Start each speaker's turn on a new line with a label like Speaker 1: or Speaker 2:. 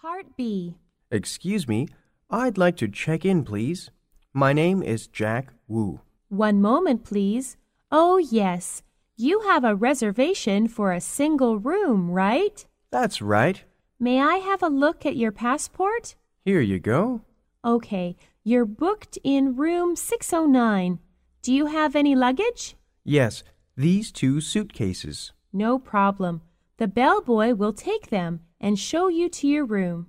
Speaker 1: Part B.
Speaker 2: Excuse me, I'd like to check in, please. My name is Jack Wu.
Speaker 1: One moment, please. Oh, yes. You have a reservation for a single room, right?
Speaker 2: That's right.
Speaker 1: May I have a look at your passport?
Speaker 2: Here you go.
Speaker 1: Okay, you're booked in room 609. Do you have any luggage?
Speaker 2: Yes, these two suitcases.
Speaker 1: No problem. The bellboy will take them and show you to your room.